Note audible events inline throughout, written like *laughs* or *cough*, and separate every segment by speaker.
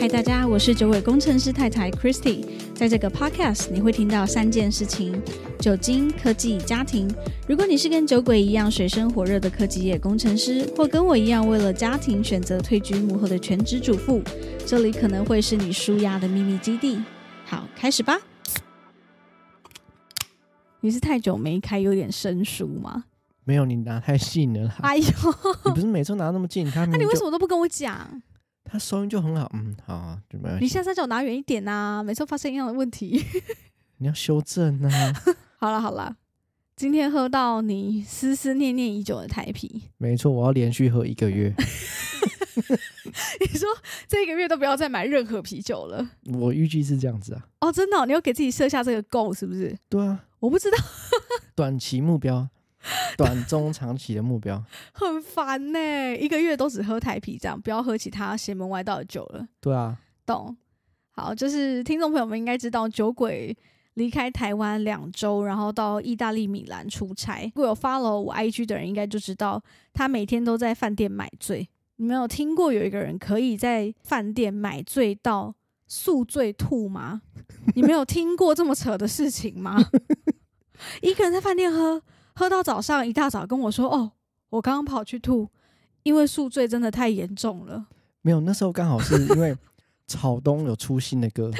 Speaker 1: 嗨，大家，我是九尾工程师太太 Christy。在这个 podcast，你会听到三件事情：酒精、科技、家庭。如果你是跟酒鬼一样水深火热的科技业工程师，或跟我一样为了家庭选择退居幕后的全职主妇，这里可能会是你舒压的秘密基地。好，开始吧。你是太久没开，有点生疏吗？
Speaker 2: 没有，你拿太近了啦！
Speaker 1: 哎呦，嗯
Speaker 2: 你不是每次拿那么近，他
Speaker 1: 那
Speaker 2: 明
Speaker 1: 你
Speaker 2: 明
Speaker 1: 为什
Speaker 2: 就
Speaker 1: 么都不跟我讲？
Speaker 2: 他收音就很好，嗯，好、啊，就没关
Speaker 1: 你
Speaker 2: 系。
Speaker 1: 下次再叫我拿远一点呐、每次发生一样的问题。
Speaker 2: 你要修正啊，
Speaker 1: *laughs* 好了好了，今天喝到你思思念念已久的台啤， *laughs*
Speaker 2: 没错，我要连续喝一个月，
Speaker 1: 你说这个月都不要再买任何啤酒了
Speaker 2: 我预计是这样子啊。
Speaker 1: 哦，真的哦、你有给自己设下这个 goal 是不是？
Speaker 2: 对啊，
Speaker 1: 我不知道， *laughs*
Speaker 2: 短期目标，短中长期的目标，
Speaker 1: 很烦呢、一个月都只喝台啤，这样不要喝其他邪门歪道的酒了，
Speaker 2: 对啊，
Speaker 1: 懂？好，就是听众朋友们应该知道，酒鬼离开台湾两周，然后到意大利米兰出差。如果有 follow 我 IG 的人，应该就知道他每天都在饭店买醉。你们有听过有一个人可以在饭店买醉到宿醉吐吗？你们有听过这么扯的事情吗？一个人在饭店喝，喝到早上一大早跟我说：“哦，我刚刚跑去吐，因为宿醉真的太严重了。
Speaker 2: 没有，那时候刚好是因为草东有出新的
Speaker 1: *laughs*
Speaker 2: 歌，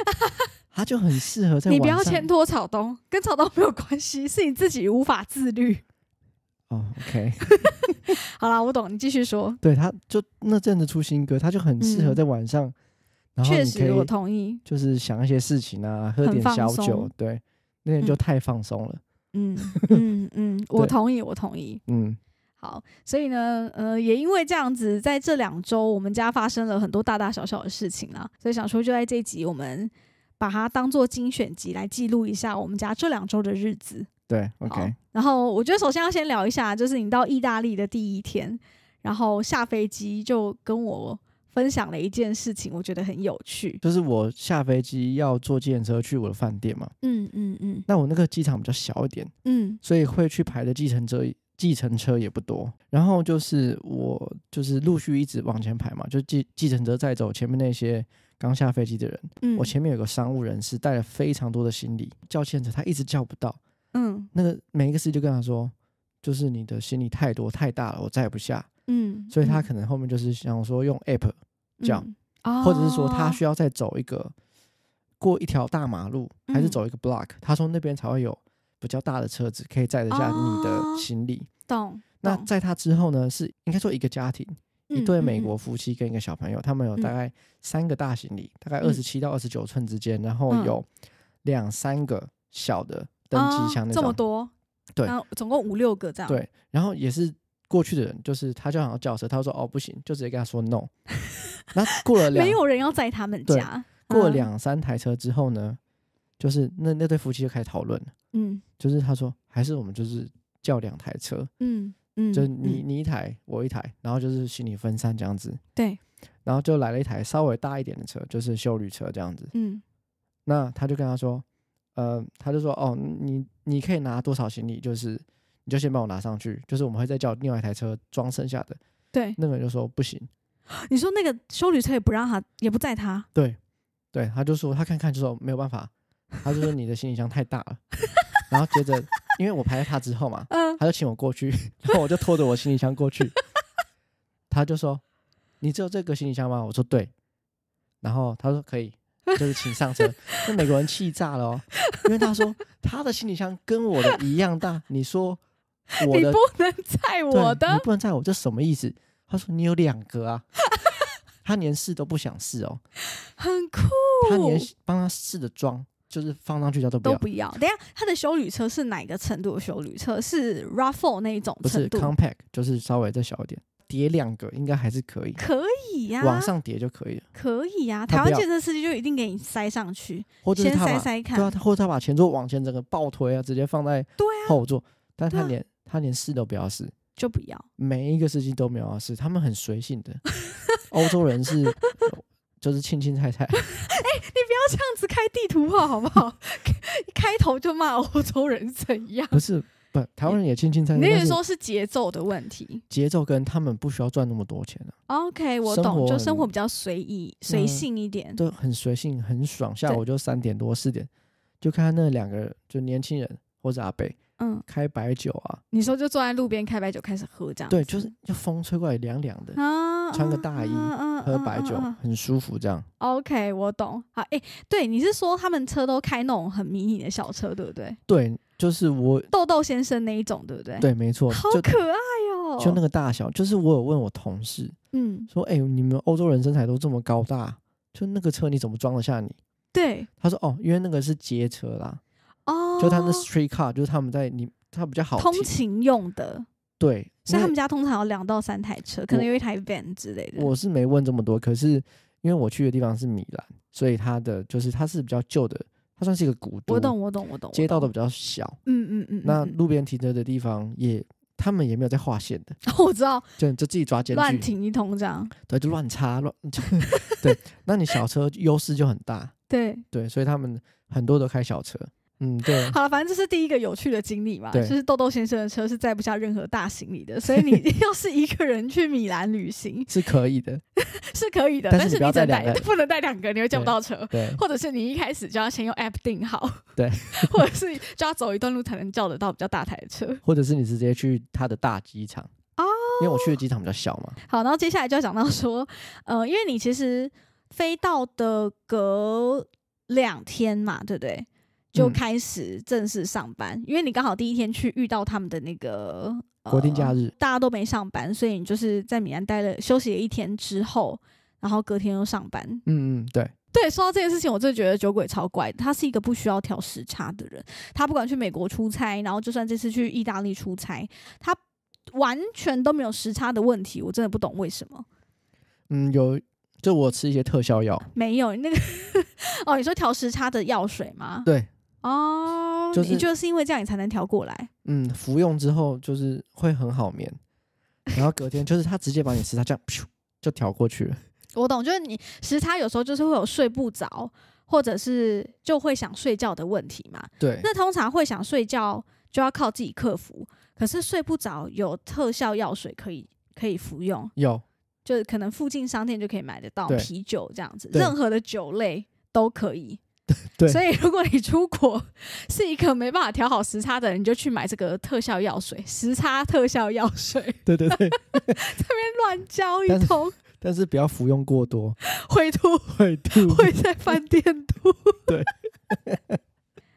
Speaker 2: 他就很适合”在
Speaker 1: 你
Speaker 2: 晚
Speaker 1: 不要
Speaker 2: 上。
Speaker 1: 牵拖草东，跟草东没有关系，是你自己无法自律。
Speaker 2: 哦，OK，
Speaker 1: 好啦，我懂，你继续说。
Speaker 2: 对，他就那阵子出新歌，他就很适合
Speaker 1: 嗯
Speaker 2: 在晚上，然后
Speaker 1: 确
Speaker 2: 你可
Speaker 1: 实，我
Speaker 2: 以
Speaker 1: 同意。
Speaker 2: 就是想一些事情啊，喝
Speaker 1: 很
Speaker 2: 点
Speaker 1: 放
Speaker 2: 小
Speaker 1: 松
Speaker 2: 酒，对，那天就
Speaker 1: 嗯
Speaker 2: 太放松了， *laughs*
Speaker 1: 嗯嗯嗯，我
Speaker 2: 对
Speaker 1: 同意，我同意。
Speaker 2: 嗯。
Speaker 1: 好，所以呢，呃，也因为这样子，在这两周我们家发生了很多大大小小的事情啦，所以想说就在这一集我们把它当做精选集来记录一下我们家这两周的日子。
Speaker 2: 对
Speaker 1: 好
Speaker 2: ，OK，
Speaker 1: 然后我觉得首先要先聊一下，就是你到意大利的第一天，然后下飞机就跟我分享了一件事情，我觉得很有趣。
Speaker 2: 就是我下飞机要坐计程车去我的饭店嘛。
Speaker 1: 嗯嗯嗯
Speaker 2: 那我那个机场比较小一点，
Speaker 1: 嗯
Speaker 2: 所以会去排的计程车计程车也不多。然后就是我就是陆续一直往前排嘛，就计计程车载走前面那些刚下飞机的人。
Speaker 1: 嗯，
Speaker 2: 我前面有个商务人士带了非常多的行李，叫计程车他一直叫不到，
Speaker 1: 嗯
Speaker 2: 那个每一个司机就跟他说。就是你的行李太多太大了，我载不下，
Speaker 1: 嗯，
Speaker 2: 所以他
Speaker 1: 嗯
Speaker 2: 可能后面就是想说用 app，、这样
Speaker 1: 嗯哦
Speaker 2: 或者是说他需要再走一个过一条大马路，还是
Speaker 1: 嗯
Speaker 2: 走一个 block，、他说那边才会有比较大的车子可以载得下你
Speaker 1: 哦
Speaker 2: 的行李。
Speaker 1: 懂
Speaker 2: 那
Speaker 1: 懂
Speaker 2: 在他之后呢，是应该说一个家庭，一
Speaker 1: 哦嗯
Speaker 2: 对
Speaker 1: 嗯
Speaker 2: 美
Speaker 1: 嗯
Speaker 2: 国夫妻跟一个小朋友，他们有大
Speaker 1: 嗯
Speaker 2: 概三个大行李，大概
Speaker 1: 嗯
Speaker 2: 二十七到二十九寸之间，然后
Speaker 1: 嗯
Speaker 2: 有两三个小的登
Speaker 1: 啊
Speaker 2: 机箱那
Speaker 1: 这么
Speaker 2: 种，
Speaker 1: 多，
Speaker 2: 对
Speaker 1: 啊，总共五六个这样，，
Speaker 2: 对，然后也是。过去的人就是他就好像叫车，他说哦不行，就直接跟他说 no。那 *laughs* 过了两
Speaker 1: 没有人要在他们
Speaker 2: 对
Speaker 1: 家，
Speaker 2: 过
Speaker 1: 嗯，
Speaker 2: 两三台车之后呢，就是那那对夫妻就开始讨论了，
Speaker 1: 嗯
Speaker 2: 就是他说还是我们就是叫两台车，
Speaker 1: 嗯嗯，
Speaker 2: 就是
Speaker 1: 嗯
Speaker 2: 你你一台我一台，然后就是行李分散这样子，
Speaker 1: 对，
Speaker 2: 然后就来了一台稍微大一点的车，就是修旅车这样子。
Speaker 1: 嗯
Speaker 2: 那他就跟他说，呃，他就说哦，你你可以拿多少行李，就是你就先帮我拿上去，就是我们会再叫另外一台车装剩下的。
Speaker 1: 对，
Speaker 2: 那个人就说不行，
Speaker 1: 你说那个修理车也不让他，也不载他，
Speaker 2: 对，对，他就说他看看就说没有办法，他就说你的行李箱太大了， *laughs* 然后接着因为我排在他之后嘛，
Speaker 1: 嗯，
Speaker 2: 他就请我过去，然后我就拖着我行李箱过去， *laughs* 他就说你只有这个行李箱吗？我说对，然后他说可以。就是请上车，那美国人气炸了哦，因为他说他的行李箱跟我的一样大，你说我
Speaker 1: 你
Speaker 2: 的
Speaker 1: 不能载
Speaker 2: 对
Speaker 1: 我
Speaker 2: 你
Speaker 1: 的，
Speaker 2: 不能载我，这什么意思？他说你有两个啊， *laughs* 他连试都不想试哦，
Speaker 1: 很酷，
Speaker 2: 他连帮他试着装，就是放上去他都不
Speaker 1: 都
Speaker 2: 要，
Speaker 1: 不要。等一下他的修理车是哪个程度的修理车？是 Raffle 那一种
Speaker 2: 不
Speaker 1: 程
Speaker 2: 是
Speaker 1: 度？
Speaker 2: compact，就是稍微再小一点，叠两个应该还是可以，
Speaker 1: 可以呀，
Speaker 2: 往上叠就可以了，
Speaker 1: 可以呀，
Speaker 2: 他
Speaker 1: 台
Speaker 2: 不
Speaker 1: 湾
Speaker 2: 要
Speaker 1: 健身司机就一定给你塞上去，
Speaker 2: 或者是
Speaker 1: 先
Speaker 2: 他
Speaker 1: 塞
Speaker 2: 把
Speaker 1: 塞看
Speaker 2: 对啊，，或者他把前座往前整个爆推啊，直接放在
Speaker 1: 对
Speaker 2: 后座，但
Speaker 1: 对
Speaker 2: 他
Speaker 1: 啊
Speaker 2: 连他连试都不要试，
Speaker 1: 就不要。
Speaker 2: 每一个司机都没有要试，他们很随
Speaker 1: *laughs*
Speaker 2: 性的，欧洲人是就是轻轻菜菜，
Speaker 1: 这样子开地图炮好不好？开开头就骂欧洲人怎样？
Speaker 2: 不是不，台湾人也轻轻菜菜。
Speaker 1: 你
Speaker 2: 但
Speaker 1: 也
Speaker 2: 是
Speaker 1: 说是节奏的问题
Speaker 2: 节奏跟他们不需要赚那么多钱啊，
Speaker 1: ？OK，我
Speaker 2: 生
Speaker 1: 懂，
Speaker 2: 活
Speaker 1: 就
Speaker 2: 很嗯
Speaker 1: 生活比较随意、随性一点。
Speaker 2: 都很随性很爽。下
Speaker 1: 对
Speaker 2: 午就三点多四点，就看那两个就年轻人或者阿伯
Speaker 1: 嗯，
Speaker 2: 开白酒啊，
Speaker 1: 你说就坐在路边开白酒开始喝这样子？
Speaker 2: 对，就是就风吹过来凉凉的，
Speaker 1: 啊，
Speaker 2: 穿个
Speaker 1: 啊
Speaker 2: 大衣
Speaker 1: 啊
Speaker 2: 喝
Speaker 1: 啊
Speaker 2: 白酒
Speaker 1: 啊啊啊
Speaker 2: 很舒服这样。
Speaker 1: OK，我懂。好，哎、对，你是说他们车都开那种很迷你的小车，对不对？
Speaker 2: 对，就是我
Speaker 1: 豆豆先生那一种，对不对？，
Speaker 2: 对，没错，
Speaker 1: 好
Speaker 2: 就
Speaker 1: 可爱哦、
Speaker 2: 就那个大小，就是我有问我同事
Speaker 1: 嗯，
Speaker 2: 说，哎、你们欧洲人身材都这么高大，就那个车你怎么装得下你？
Speaker 1: 对，
Speaker 2: 他说，哦，因为那个是街车啦，
Speaker 1: 哦，
Speaker 2: 就他们的 street car，就是他们在你他比较好
Speaker 1: 通
Speaker 2: 停
Speaker 1: 勤用的，
Speaker 2: 对，
Speaker 1: 所以他
Speaker 2: 因为
Speaker 1: 们家通常有两到三台车，可能有一台 van 之类的。
Speaker 2: 我是没问这么多，可是因为我去的地方是米兰，所以它的就是它是比较旧的，它算是一个古都，
Speaker 1: 我懂，我懂，我懂。
Speaker 2: 街道
Speaker 1: 我
Speaker 2: 都
Speaker 1: 懂
Speaker 2: 比较小，
Speaker 1: 嗯嗯嗯，嗯
Speaker 2: 那
Speaker 1: 嗯 *laughs*
Speaker 2: 路边停车的地方也他们也没有在划线的，
Speaker 1: 我知道，
Speaker 2: 就就自己抓间
Speaker 1: 乱
Speaker 2: 距，
Speaker 1: 停一通这样。
Speaker 2: 对，就乱插乱， *laughs* 就对，那你小车优势就很大，
Speaker 1: 对，，
Speaker 2: 对，所以他们很多都开小车，嗯，对
Speaker 1: 好了，反正这是第一个有趣的经历嘛，就
Speaker 2: 对
Speaker 1: 是豆豆先生的车是载不下任何大行李的，所以你 *laughs* 要是一个人去米兰旅行，
Speaker 2: 是可以的，
Speaker 1: 是可以的，
Speaker 2: 但
Speaker 1: 但是
Speaker 2: 是你不要
Speaker 1: 只能
Speaker 2: 带两
Speaker 1: 带
Speaker 2: 个
Speaker 1: 不能带两个，你会叫不到车，
Speaker 2: 对，
Speaker 1: 或者是你一开始就要先用 app 订好，
Speaker 2: 对，
Speaker 1: *laughs* 或者是就要走一段路才能叫得到比较大台的车。
Speaker 2: 或者是你直接去他的大机场，
Speaker 1: 哦
Speaker 2: 因为我去的机场比较小嘛，
Speaker 1: 好，然后接下来就要讲到说，呃，因为你其实飞到的隔两天嘛，对不对？就
Speaker 2: 嗯
Speaker 1: 开始正式上班，因为你刚好第一天去遇到他们的那个、呃
Speaker 2: 国定假日，
Speaker 1: 大家都没上班，所以你就是在米兰待了休息了一天之后，然后隔天又上班。
Speaker 2: 嗯嗯，对，
Speaker 1: 对，说到这件事情，我真的觉得酒鬼超怪的。他是一个不需要调时差的人，他不管去美国出差，然后就算这次去意大利出差，他完全都没有时差的问题。我真的不懂为什么
Speaker 2: 嗯，有，就我吃一些特效药，
Speaker 1: 没有那个哦，你说调时差的药水吗？
Speaker 2: 对，
Speaker 1: 哦，
Speaker 2: 就是
Speaker 1: 你就是因为这样你才能调过来。
Speaker 2: 嗯，服用之后就是会很好眠，然后隔天就是他直接把你时差这样咻就调过去了，
Speaker 1: 我懂，就是你时差有时候就是会有睡不着，或者是就会想睡觉的问题嘛。
Speaker 2: 对，
Speaker 1: 那通常会想睡觉就要靠自己克服，可是睡不着有特效药水可以可以服用， *laughs*
Speaker 2: 有，
Speaker 1: 就是可能附近商店就可以买得到
Speaker 2: 对
Speaker 1: 啤酒这样子，
Speaker 2: 对
Speaker 1: 任何的酒类都可以。
Speaker 2: *laughs* 对
Speaker 1: 所以如果你出国是一个没办法调好时差的人，你就去买这个特效药水，时差特效药水， *laughs*
Speaker 2: 对对对，
Speaker 1: 乱浇一
Speaker 2: 但是
Speaker 1: 通，
Speaker 2: 但是不要服用
Speaker 1: *laughs*
Speaker 2: 过多，
Speaker 1: 会
Speaker 2: *laughs*
Speaker 1: 吐
Speaker 2: 会吐，
Speaker 1: 会在饭店吐。 *laughs*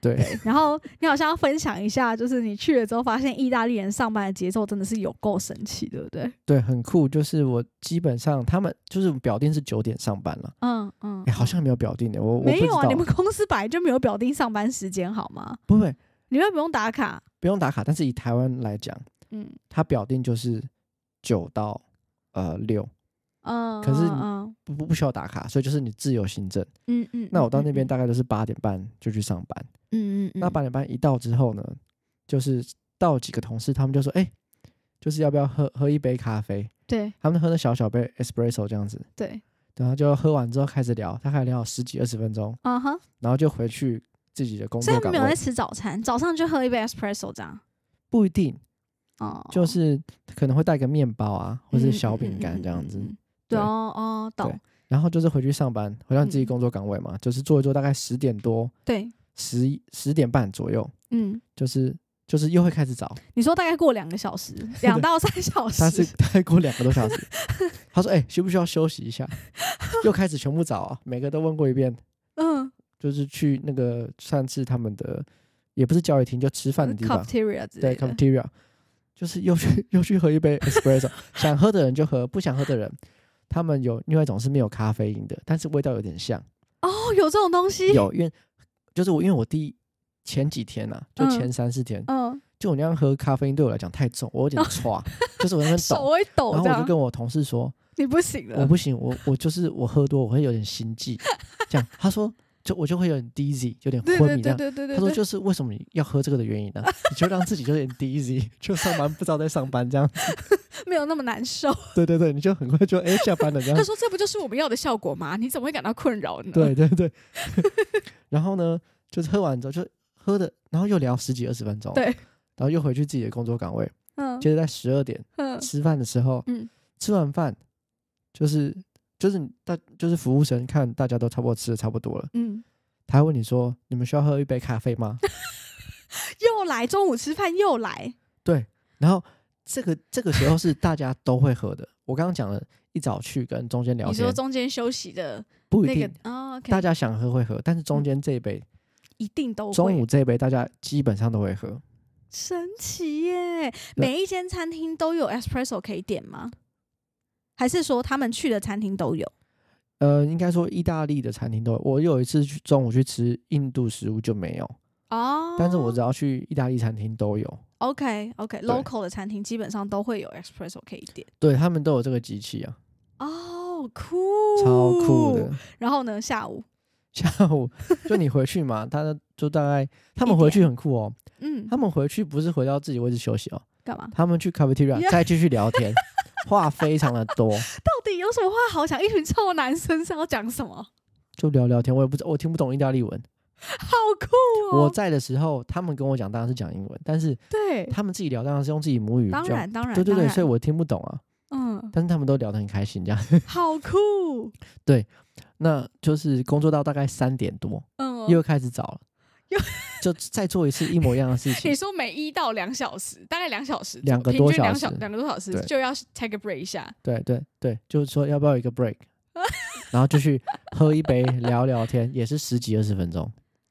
Speaker 2: 对，
Speaker 1: 然后你好像要分享一下，就是你去了之后发现意大利人上班的节奏真的是有够神奇，对不对？
Speaker 2: 对，很酷，就是我基本上他们就是表定是九点上班了，
Speaker 1: 嗯嗯
Speaker 2: 哎，好像没有表定的，我我不
Speaker 1: 没
Speaker 2: 知
Speaker 1: 有
Speaker 2: 道
Speaker 1: 啊，，你们公司本来就没有表定上班时间好吗？
Speaker 2: 不会
Speaker 1: 你们不用打卡，
Speaker 2: 不用打卡，但是以台湾来讲，
Speaker 1: 嗯
Speaker 2: 他表定就是九到呃六，
Speaker 1: 嗯，
Speaker 2: 可是
Speaker 1: 嗯
Speaker 2: 不不不需要打卡，所以就是你自由行政。
Speaker 1: 嗯嗯，
Speaker 2: 那我到那边
Speaker 1: 打，
Speaker 2: 大概都是八点半就去上班。
Speaker 1: 嗯嗯嗯，
Speaker 2: 那八点半一到之后呢，就是到几个同事，他们就说：“哎、就是要不要喝喝一杯咖啡
Speaker 1: 对？”
Speaker 2: 他们喝那小小杯 espresso 这样子，
Speaker 1: 对，
Speaker 2: 然后就喝完之后开始聊，大概聊十几二十分钟，
Speaker 1: 啊哈，
Speaker 2: 然后就回去自己的工
Speaker 1: 所以
Speaker 2: 作
Speaker 1: 他们
Speaker 2: 岗
Speaker 1: 没有在
Speaker 2: 位。
Speaker 1: 吃早餐，早上就喝一杯 espresso 这样，
Speaker 2: 不一定，
Speaker 1: 哦，
Speaker 2: 就是可能会带个面包啊，或
Speaker 1: 嗯
Speaker 2: 是
Speaker 1: 嗯
Speaker 2: 小
Speaker 1: 嗯
Speaker 2: 饼干
Speaker 1: 嗯
Speaker 2: 这样
Speaker 1: 嗯
Speaker 2: 子。
Speaker 1: 嗯对哦哦，懂，
Speaker 2: 然后就是回去上班，回到自
Speaker 1: 嗯
Speaker 2: 己工作岗位嘛，就是做一做，大概十点多、
Speaker 1: 对，
Speaker 2: 十一十点半左右，
Speaker 1: 嗯，
Speaker 2: 就是就是又会开始找。
Speaker 1: 你说大概过两个小
Speaker 2: *laughs*
Speaker 1: 时，两到三小
Speaker 2: 他
Speaker 1: *laughs*
Speaker 2: 是
Speaker 1: 时，
Speaker 2: 大概过两个多小时， *laughs* 他说：“哎、需不需要休息一下？” *laughs* 又开始全部找啊，每个都问过一遍， *laughs*
Speaker 1: 嗯
Speaker 2: 就是去那个上次他们的也不是教育厅，就吃饭的地方，
Speaker 1: 嗯，cafeteria 之类
Speaker 2: 对
Speaker 1: 的，
Speaker 2: cafeteria，就是又去又去喝一杯 espresso，想喝的人就喝，不想喝的人，他们有另外一种是没有咖啡因的，但是味道有点像，
Speaker 1: 哦，有这种东西，
Speaker 2: 有因为就是我因为我第一前几天啊，就前三四天，
Speaker 1: 嗯，
Speaker 2: 就我那样喝咖啡因对我来讲太重，我有点歘，就是我在那边
Speaker 1: 哦 *laughs* 手
Speaker 2: 抖。
Speaker 1: 会抖
Speaker 2: 然后
Speaker 1: 这
Speaker 2: 我就
Speaker 1: 样，
Speaker 2: 跟我同事说，
Speaker 1: 你不行了
Speaker 2: 我，不行，我我就是我喝多，我会有点心悸，这样。他说，就我就会有点 dizzy，有点
Speaker 1: 对
Speaker 2: 昏
Speaker 1: 对
Speaker 2: 迷这
Speaker 1: 对
Speaker 2: 样。
Speaker 1: 对对对，
Speaker 2: 他说，
Speaker 1: 对
Speaker 2: 就是为什么你要喝这个的原因呢、你就让自己有点 dizzy，就上班不知道在上班这样。
Speaker 1: 没有那么难
Speaker 2: *laughs*
Speaker 1: 受。
Speaker 2: 对对对，你就很快就哎、下班了这样
Speaker 1: 他。说：“这不就是我们要的效果吗？你怎么会感到困扰呢？”
Speaker 2: 对对 *laughs* 对。然后呢，就是喝完之后就喝的，然后又聊十几二十分钟。
Speaker 1: 对。
Speaker 2: 然后又回去自己的工作岗位，
Speaker 1: 嗯
Speaker 2: 接着在十二点
Speaker 1: 嗯
Speaker 2: 吃饭的时候，
Speaker 1: 嗯
Speaker 2: 吃完饭就是就是你大就是服务生看大家都差不多吃的差不多了，
Speaker 1: 嗯，
Speaker 2: 他还问你说你们需要喝一杯咖啡吗？ *laughs*
Speaker 1: 又来中午吃饭又来，
Speaker 2: 然后这个这个时候是大家都会喝的。我刚刚讲了一早去跟中间聊
Speaker 1: 你说
Speaker 2: 天，
Speaker 1: 中间休息的
Speaker 2: 不一
Speaker 1: 那
Speaker 2: 定
Speaker 1: 个啊，OK，
Speaker 2: 大家想喝会喝，但是中间这一杯、
Speaker 1: 一定都
Speaker 2: 中
Speaker 1: 会
Speaker 2: 午这一杯大家基本上都会喝。
Speaker 1: 神奇耶！每一间餐厅都有 espresso 可以点吗？还是说他们去的餐厅都有？
Speaker 2: 呃，应该说意大利的餐厅都有，我有一次去中午去吃印度食物就没有，
Speaker 1: 哦，
Speaker 2: 但是我只要去意大利餐厅都有，
Speaker 1: OK OK local 的餐厅基本上都会有 espresso 可以点。
Speaker 2: 对他们都有这个机器啊，
Speaker 1: 哦，酷，
Speaker 2: 超酷的。。
Speaker 1: 然后呢，下午，
Speaker 2: 下午就你回去嘛，他就大概他们
Speaker 1: 一
Speaker 2: 回去很酷哦，
Speaker 1: 嗯
Speaker 2: 他，们回去不是回到自己位置休息哦，
Speaker 1: 干 *laughs* 嘛？
Speaker 2: 他们去 cafeteria
Speaker 1: 呀
Speaker 2: 再继续聊
Speaker 1: *laughs*
Speaker 2: 天，话非常的多，
Speaker 1: 到底有什么话好讲？一群臭男生是要讲什么？
Speaker 2: 就聊聊天。我也不知我听不懂意大利文。
Speaker 1: 好酷哦！
Speaker 2: 我在的时候，他们跟我讲当然是讲英文，但是
Speaker 1: 对，
Speaker 2: 他们自己聊当然是用自己母语
Speaker 1: 当
Speaker 2: 讲。
Speaker 1: 然当然，
Speaker 2: 对对
Speaker 1: 当
Speaker 2: 对，
Speaker 1: 然
Speaker 2: 所以我听不懂啊，
Speaker 1: 嗯，
Speaker 2: 但是他们都聊得很开心，
Speaker 1: *laughs*
Speaker 2: 这样。
Speaker 1: 好酷，
Speaker 2: 那就是工作到大概三点多， *laughs*
Speaker 1: 嗯，
Speaker 2: 又开始找了
Speaker 1: *laughs* 又，
Speaker 2: 就再做一次一模一样的事
Speaker 1: *laughs*
Speaker 2: 情
Speaker 1: 你。说每一到两小时，大概两小时左右，
Speaker 2: 两个
Speaker 1: 平
Speaker 2: 多
Speaker 1: 均两
Speaker 2: 小时
Speaker 1: 两个多小时
Speaker 2: 对
Speaker 1: 就要 take a break 一下。
Speaker 2: 对对对，就是说要不要有一
Speaker 1: *laughs*
Speaker 2: 个 break，然后就去喝一杯聊聊天，也是十几二十分钟，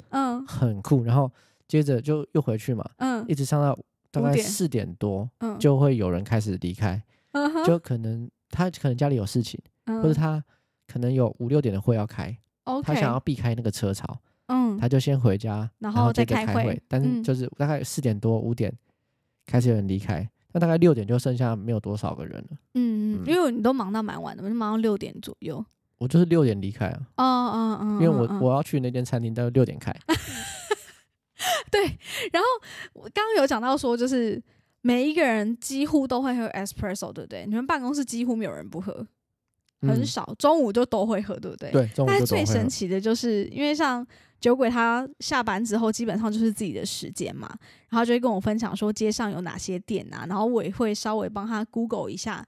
Speaker 1: 嗯
Speaker 2: 很酷。然后接着就又回去嘛，
Speaker 1: 嗯
Speaker 2: 一直上到大
Speaker 1: 五
Speaker 2: 概
Speaker 1: 点
Speaker 2: 四点多，
Speaker 1: 嗯，
Speaker 2: 就会有人开始离开，
Speaker 1: 嗯哼
Speaker 2: 就可能他可能家里有事情，
Speaker 1: 嗯
Speaker 2: 或者他可能有五六点的会要开，他
Speaker 1: OK，
Speaker 2: 想要避开那个车潮，
Speaker 1: 嗯
Speaker 2: 他就先回家，
Speaker 1: 然
Speaker 2: 然
Speaker 1: 后
Speaker 2: 后接
Speaker 1: 再
Speaker 2: 着
Speaker 1: 开
Speaker 2: 开
Speaker 1: 会
Speaker 2: 会。但是
Speaker 1: 嗯
Speaker 2: 就是大概四点多五点开始有人离开，那大概六点就剩下没有多少个人了。
Speaker 1: 嗯，嗯
Speaker 2: 嗯
Speaker 1: 因为你都忙到蛮晚的，我就忙到六点左右。
Speaker 2: 我就是六点离开啊，
Speaker 1: 哦哦哦，
Speaker 2: 因为我
Speaker 1: 嗯嗯哎
Speaker 2: 我要去那间餐厅，大概六点开。
Speaker 1: 我刚刚有讲到说，就是每一个人几乎都会喝 espresso，对不对？你们办公室几乎没有人不喝，很
Speaker 2: 嗯
Speaker 1: 少，中午就都会喝，对不对？。
Speaker 2: 对，中午
Speaker 1: 但
Speaker 2: 就是总
Speaker 1: 最
Speaker 2: 会
Speaker 1: 神
Speaker 2: 了
Speaker 1: 奇的就是，因为像酒鬼他下班之后基本上就是自己的时间嘛，然后就会跟我分享说街上有哪些店啊，然后我也会稍微帮他 Google 一下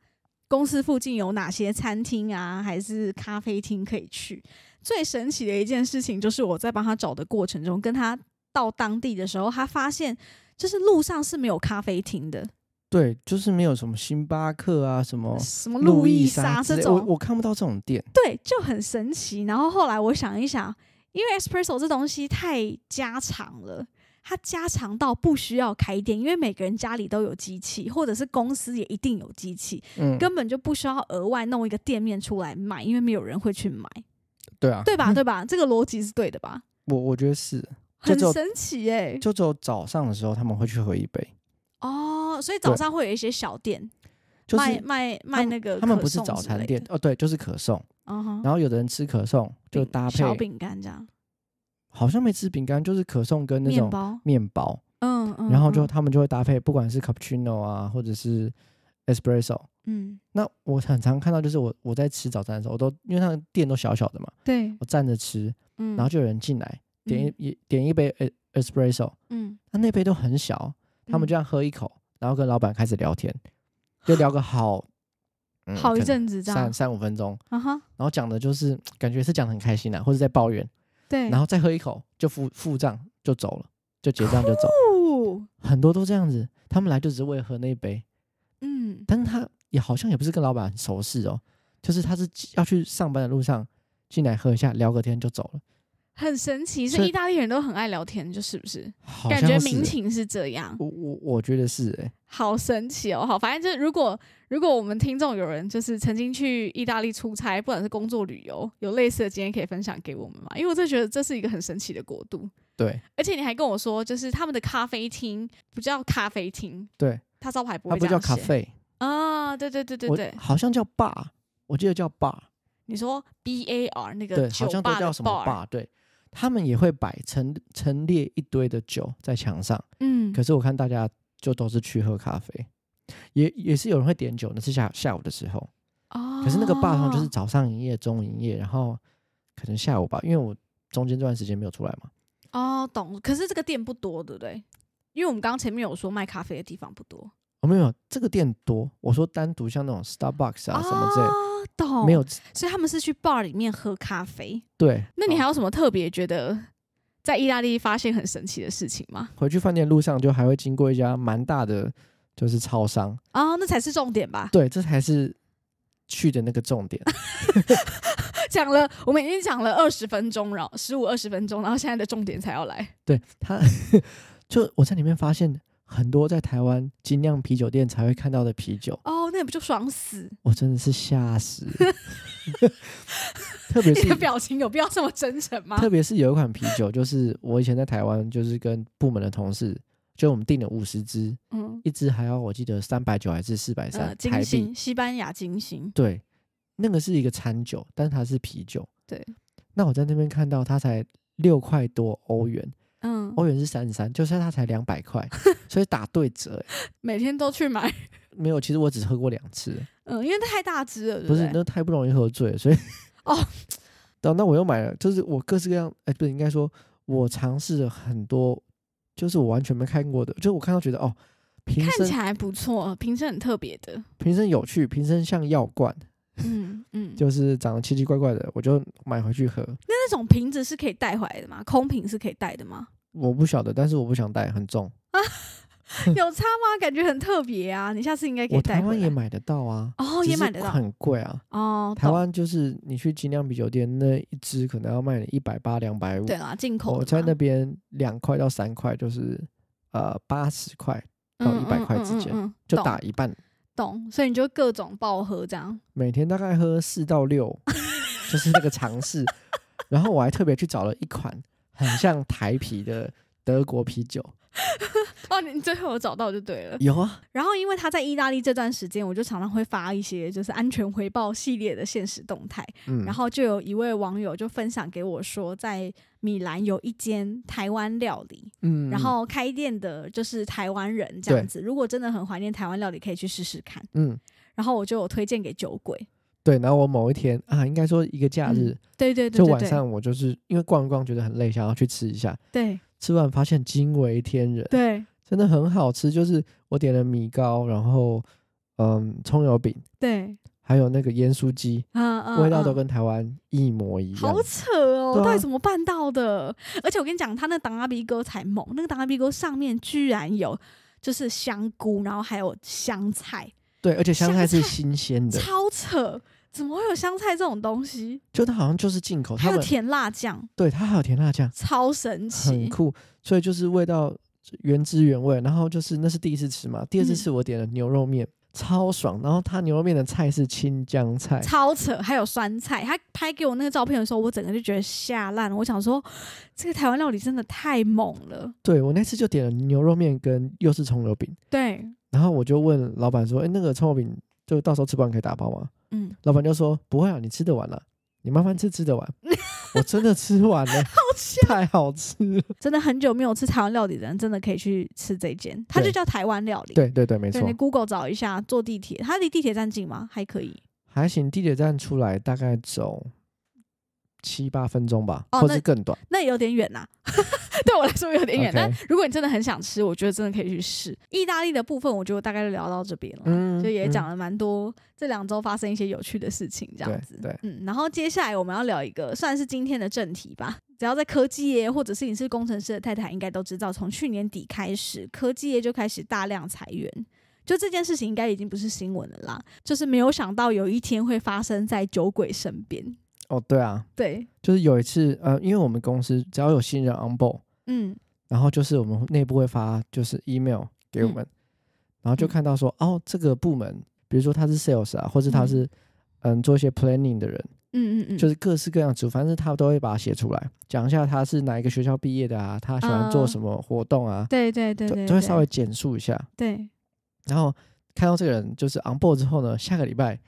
Speaker 1: 公司附近有哪些餐厅啊，还是咖啡厅可以去。最神奇的一件事情就是我在帮他找的过程中，跟他到当地的时候，他发现就是路上是没有咖啡厅的，
Speaker 2: 对，就是没有什么星巴克啊，什么
Speaker 1: 什么
Speaker 2: 路
Speaker 1: 路
Speaker 2: 易
Speaker 1: 易莎
Speaker 2: 莎之
Speaker 1: 这
Speaker 2: 类，
Speaker 1: 种
Speaker 2: 我我看不到这种店。
Speaker 1: 对，就很神奇。然后后来我想一想，因为 espresso 这东西太家常了，它家常到不需要开店，因为每个人家里都有机器，或者是公司也一定有机器，
Speaker 2: 嗯，
Speaker 1: 根本就不需要额外弄一个店面出来卖，因为没有人会去买，
Speaker 2: 对啊，
Speaker 1: 对吧？
Speaker 2: 嗯
Speaker 1: 对吧？这个逻辑是对的吧？
Speaker 2: 我我觉得是，就
Speaker 1: 很
Speaker 2: 只有
Speaker 1: 神奇耶、
Speaker 2: 就只有早上的时候他们会去喝一杯，
Speaker 1: 哦，所以早上会有一些小店
Speaker 2: 就
Speaker 1: 卖
Speaker 2: 是
Speaker 1: 卖卖那个
Speaker 2: 他们
Speaker 1: 可
Speaker 2: 不是
Speaker 1: 颂
Speaker 2: 早
Speaker 1: 之
Speaker 2: 餐
Speaker 1: 类
Speaker 2: 店
Speaker 1: 的，
Speaker 2: 哦，对，就是可颂。
Speaker 1: 嗯哼，
Speaker 2: 然后有的人吃可颂就
Speaker 1: 饼
Speaker 2: 搭
Speaker 1: 小
Speaker 2: 配，
Speaker 1: 饼干这样，
Speaker 2: 好像没吃饼干，就是可颂跟那
Speaker 1: 面
Speaker 2: 种
Speaker 1: 包，
Speaker 2: 面包，
Speaker 1: 嗯嗯，
Speaker 2: 然后就
Speaker 1: 嗯
Speaker 2: 他们就会搭配，不管是 cappuccino 啊，或者是 espresso。
Speaker 1: 嗯，
Speaker 2: 那我很常看到，就是我我在吃早餐的时候，我都因为那个店都小小的嘛，
Speaker 1: 对，
Speaker 2: 我站着吃，
Speaker 1: 嗯，
Speaker 2: 然后就有人进来点一
Speaker 1: 嗯
Speaker 2: 一点一杯 e- espresso，
Speaker 1: 嗯。
Speaker 2: 那那杯都很小，他们
Speaker 1: 嗯
Speaker 2: 这样喝一口，然后跟老板开始聊天，就聊
Speaker 1: *laughs*
Speaker 2: 个好嗯
Speaker 1: 好一
Speaker 2: 可能
Speaker 1: 阵子这样
Speaker 2: 三，三五分钟，
Speaker 1: 啊哈，
Speaker 2: 然后讲的就是感觉是讲的很开心啊，或者在抱怨，
Speaker 1: 对，
Speaker 2: 然后再喝一口就付付账就走了，就结账就走，
Speaker 1: *laughs* 后，
Speaker 2: 很多都这样子。他们来就只是为了喝那一杯，
Speaker 1: 嗯，
Speaker 2: 但是他也好像也不是跟老板很熟识哦，就是他是要去上班的路上进来喝一下，聊个天就走了，
Speaker 1: 很神奇，
Speaker 2: 所
Speaker 1: 是
Speaker 2: 以
Speaker 1: 意大利人都很爱聊天，就是不是？
Speaker 2: 好
Speaker 1: 感
Speaker 2: 像
Speaker 1: 觉
Speaker 2: 是
Speaker 1: 民
Speaker 2: 欸
Speaker 1: 情是这样，
Speaker 2: 我我我觉得是哎、
Speaker 1: 好神奇哦。好，反正就是如果如果我们听众有人就是曾经去意大利出差，不管是工作旅游，有类似的经验可以分享给我们嘛？因为我真的觉得这是一个很神奇的国度，
Speaker 2: 对，
Speaker 1: 而且你还跟我说，就是他们的咖啡厅不叫咖啡厅，
Speaker 2: 对，
Speaker 1: 它招牌不
Speaker 2: 它
Speaker 1: 会
Speaker 2: 不
Speaker 1: 这
Speaker 2: 叫
Speaker 1: 样
Speaker 2: 咖
Speaker 1: 写
Speaker 2: 啡，
Speaker 1: 啊，对对对对
Speaker 2: 我
Speaker 1: 对，
Speaker 2: 好像叫 bar，我记得叫 bar，
Speaker 1: 你说 B A R 那
Speaker 2: 对
Speaker 1: 个，
Speaker 2: 好
Speaker 1: 酒
Speaker 2: 像都
Speaker 1: 吧的
Speaker 2: 叫什么
Speaker 1: bar，
Speaker 2: bar，对。他们也会摆陈陈列一堆的酒在墙上，
Speaker 1: 嗯
Speaker 2: 可是我看大家就都是去喝咖啡，也也是有人会点酒，那是下下午的时候。
Speaker 1: 哦，
Speaker 2: 可是那个霸上就是早上营业、中午营业，然后可能下午吧，因为我中间这段时间没有出来嘛。
Speaker 1: 哦，懂。可是这个店不多，对不对？因为我们刚刚前面有说卖咖啡的地方不多
Speaker 2: 哦，没有这个店多，我说单独像那种 Starbucks 啊什么之类的，
Speaker 1: 哦懂
Speaker 2: 没有，
Speaker 1: 所以他们是去 bar 里面喝咖啡。
Speaker 2: 对。
Speaker 1: 那你
Speaker 2: 哦
Speaker 1: 还有什么特别觉得在意大利发现很神奇的事情吗？
Speaker 2: 回去饭店路上就还会经过一家蛮大的就是超商，
Speaker 1: 啊、那才是重点吧。
Speaker 2: 对，这才是去的那个重点。
Speaker 1: 讲了，我们已经讲了二十分钟，然后十五二十分钟，然后现在的重点才要来。
Speaker 2: 对他， *laughs* 就我在里面发现很多在台湾精酿啤酒店才会看到的啤酒，
Speaker 1: 哦，那不就爽死？
Speaker 2: 我真的是
Speaker 1: *laughs*
Speaker 2: 吓死了，特别
Speaker 1: 你的
Speaker 2: 是。
Speaker 1: 表情有必要这么真诚吗？
Speaker 2: 特别是有一款啤酒，就是我以前在台湾，就是跟部门的同事，就我们订了五十支，
Speaker 1: 嗯，
Speaker 2: 一支还要我记得三百九还是四百
Speaker 1: 呃，
Speaker 2: 三
Speaker 1: 金
Speaker 2: 台币，
Speaker 1: 星，西班牙金星，
Speaker 2: 对，那个是一个餐酒，但是它是啤酒。
Speaker 1: 对，
Speaker 2: 那我在那边看到它才六块多欧元，
Speaker 1: 嗯，
Speaker 2: 欧元是三十三，就是它才两百
Speaker 1: *laughs*
Speaker 2: 块，所以打对折、欸。
Speaker 1: 每天都去买，
Speaker 2: 没有，其实我只喝过两次，
Speaker 1: 嗯，因为太大只了，对
Speaker 2: 不
Speaker 1: 对
Speaker 2: 是那太不容易喝醉了，所以 *laughs*
Speaker 1: 哦，
Speaker 2: 到那我又买了，就是我各式各样，哎、不是应该说，我尝试了很多，就是我完全没看过的，就是我看到觉得哦，瓶
Speaker 1: 看起
Speaker 2: 身
Speaker 1: 来不错，瓶身很特别
Speaker 2: *laughs*
Speaker 1: 的，
Speaker 2: 瓶身有趣，瓶身像药罐，
Speaker 1: 嗯嗯，
Speaker 2: 就是长得奇奇怪怪的，我就买回去喝。
Speaker 1: 那种瓶子是可以带回来的吗？空瓶是可以带的
Speaker 2: *laughs*
Speaker 1: 吗？
Speaker 2: 我不晓得，但是我不想带，很重。
Speaker 1: 有差吗？感觉很特别啊！你下次应该可以
Speaker 2: 我
Speaker 1: 带
Speaker 2: 台
Speaker 1: 回
Speaker 2: 湾也
Speaker 1: 来。
Speaker 2: 买得到啊，
Speaker 1: 哦，
Speaker 2: 只
Speaker 1: 也
Speaker 2: 是
Speaker 1: 买得到
Speaker 2: 很贵啊。
Speaker 1: 哦。
Speaker 2: 台
Speaker 1: 懂
Speaker 2: 湾就是你去精酿啤酒店那一支可能要卖你一百八、两百五，
Speaker 1: 对啦，进口
Speaker 2: 我
Speaker 1: 的
Speaker 2: 在
Speaker 1: 嘛
Speaker 2: 那边两块到三块，就是呃八十块到
Speaker 1: 嗯
Speaker 2: 100块
Speaker 1: 嗯
Speaker 2: 之
Speaker 1: 嗯
Speaker 2: 间
Speaker 1: 嗯嗯
Speaker 2: 就
Speaker 1: 懂
Speaker 2: 打一半，
Speaker 1: 懂，所以你就各种爆喝这样。
Speaker 2: 每天大概喝四到六，就是那个尝试。 *laughs* 然后我还特别去找了一款很像台啤的德国啤酒，
Speaker 1: 哦，你最 *laughs* 后有找到就对了。
Speaker 2: 有啊，
Speaker 1: 然后因为他在意大利这段时间，我就常常会发一些就是安全回报系列的现实动态，
Speaker 2: 嗯，
Speaker 1: 然后就有一位网友就分享给我说，在米兰有一间台湾料理，
Speaker 2: 嗯，
Speaker 1: 然后开店的就是台湾人这样子。如果真的很怀念台湾料理，可以去试试看。
Speaker 2: 嗯
Speaker 1: 然后我就有推荐给酒鬼，
Speaker 2: 对，然后我某一天啊，应该说一个假日，
Speaker 1: 对嗯对对
Speaker 2: 就
Speaker 1: 对
Speaker 2: 晚
Speaker 1: 对
Speaker 2: 上我就是因为逛一逛觉得很累，想要去吃一下，
Speaker 1: 对
Speaker 2: 吃完发现惊为天人，
Speaker 1: 对
Speaker 2: 真的很好吃。就是我点了米糕，然后嗯葱油饼，
Speaker 1: 对，
Speaker 2: 还有那个盐酥鸡，
Speaker 1: 嗯嗯，
Speaker 2: 味道都
Speaker 1: 嗯
Speaker 2: 跟台湾一模一样
Speaker 1: 好。扯哦，
Speaker 2: 对啊
Speaker 1: 到底怎么办到的？而且我跟你讲，他那挡阿鼻哥才猛，那个挡阿鼻哥上面居然有就是香菇，然后还有香菜，
Speaker 2: 对，而且香菜是
Speaker 1: 香菜
Speaker 2: 新鲜的，
Speaker 1: 超扯！怎么会有香菜这种东西？
Speaker 2: 就它好像就是进口，
Speaker 1: 还
Speaker 2: 他
Speaker 1: 有
Speaker 2: 们
Speaker 1: 甜辣酱，
Speaker 2: 对它还有甜辣酱，
Speaker 1: 超神
Speaker 2: 很
Speaker 1: 奇！
Speaker 2: 酷。所以就是味道原汁原味。然后就是那是第一次吃嘛，第二次
Speaker 1: 嗯
Speaker 2: 吃我点了牛肉面，超爽。然后它牛肉面的菜是青江菜，
Speaker 1: 超扯，还有酸菜。他拍给我那个照片的时候，我整个就觉得吓烂了。我想说，这个台湾料理真的太猛了。
Speaker 2: 对我那次就点了牛肉面跟又是葱油饼，
Speaker 1: 对，
Speaker 2: 然后我就问老板说：“哎、那个葱油饼就到时候吃不完可以打包吗
Speaker 1: 嗯，？”
Speaker 2: 老板就说：“不会啊，你吃得完了，你慢慢吃，吃得
Speaker 1: *laughs*
Speaker 2: 完。”我真的吃完了，太好吃了。
Speaker 1: 真的很久没有吃台湾料理的人，真的可以去吃这间，它就
Speaker 2: 对
Speaker 1: 叫台湾料理。
Speaker 2: 对对对，没
Speaker 1: 对，
Speaker 2: 错
Speaker 1: 你，Google 找一下，坐地铁，它离地铁站近吗？还可以。
Speaker 2: 还行。地铁站出来大概走七八分钟吧，
Speaker 1: 哦
Speaker 2: 或
Speaker 1: 那
Speaker 2: 是更短。
Speaker 1: 那也有点远呐、 *laughs* 对我来说有点远。
Speaker 2: OK
Speaker 1: 但如果你真的很想吃，我觉得真的可以去试。意大利的部分，我觉得我大概就聊到这边了，
Speaker 2: 嗯
Speaker 1: 哦就也
Speaker 2: 嗯
Speaker 1: 讲了蛮多这两周发生一些有趣的事情，这样
Speaker 2: 对
Speaker 1: 子。
Speaker 2: 对，
Speaker 1: 嗯，然后接下来我们要聊一个算是今天的正题吧。只要在科技业，或者是你是工程师的太太，应该都知道，从去年底开始，科技业就开始大量裁员。就这件事情，应该已经不是新闻了啦。就是没有想到有一天会发生在酒鬼身边。
Speaker 2: 哦，对啊，
Speaker 1: 对，
Speaker 2: 就是有一次，呃，因为我们公司只要有新人 on board，
Speaker 1: 嗯，
Speaker 2: 然后就是我们内部会发就是 email 给我们，然后就
Speaker 1: 嗯
Speaker 2: 看到说，哦，这个部门，比如说他是 sales 啊，或是他
Speaker 1: 嗯
Speaker 2: 是嗯做一些 planning 的人，
Speaker 1: 嗯嗯嗯，
Speaker 2: 就是各式各样的职务，反正他都会把它写出来，讲一下他是哪一个学校毕业的啊，他喜欢做
Speaker 1: 嗯
Speaker 2: 什么活动啊，
Speaker 1: 对对对
Speaker 2: 就
Speaker 1: 对，
Speaker 2: 就会
Speaker 1: 对
Speaker 2: 稍微简述一下。
Speaker 1: 对，
Speaker 2: 然后看到这个人就是 on board 之后呢，下个礼拜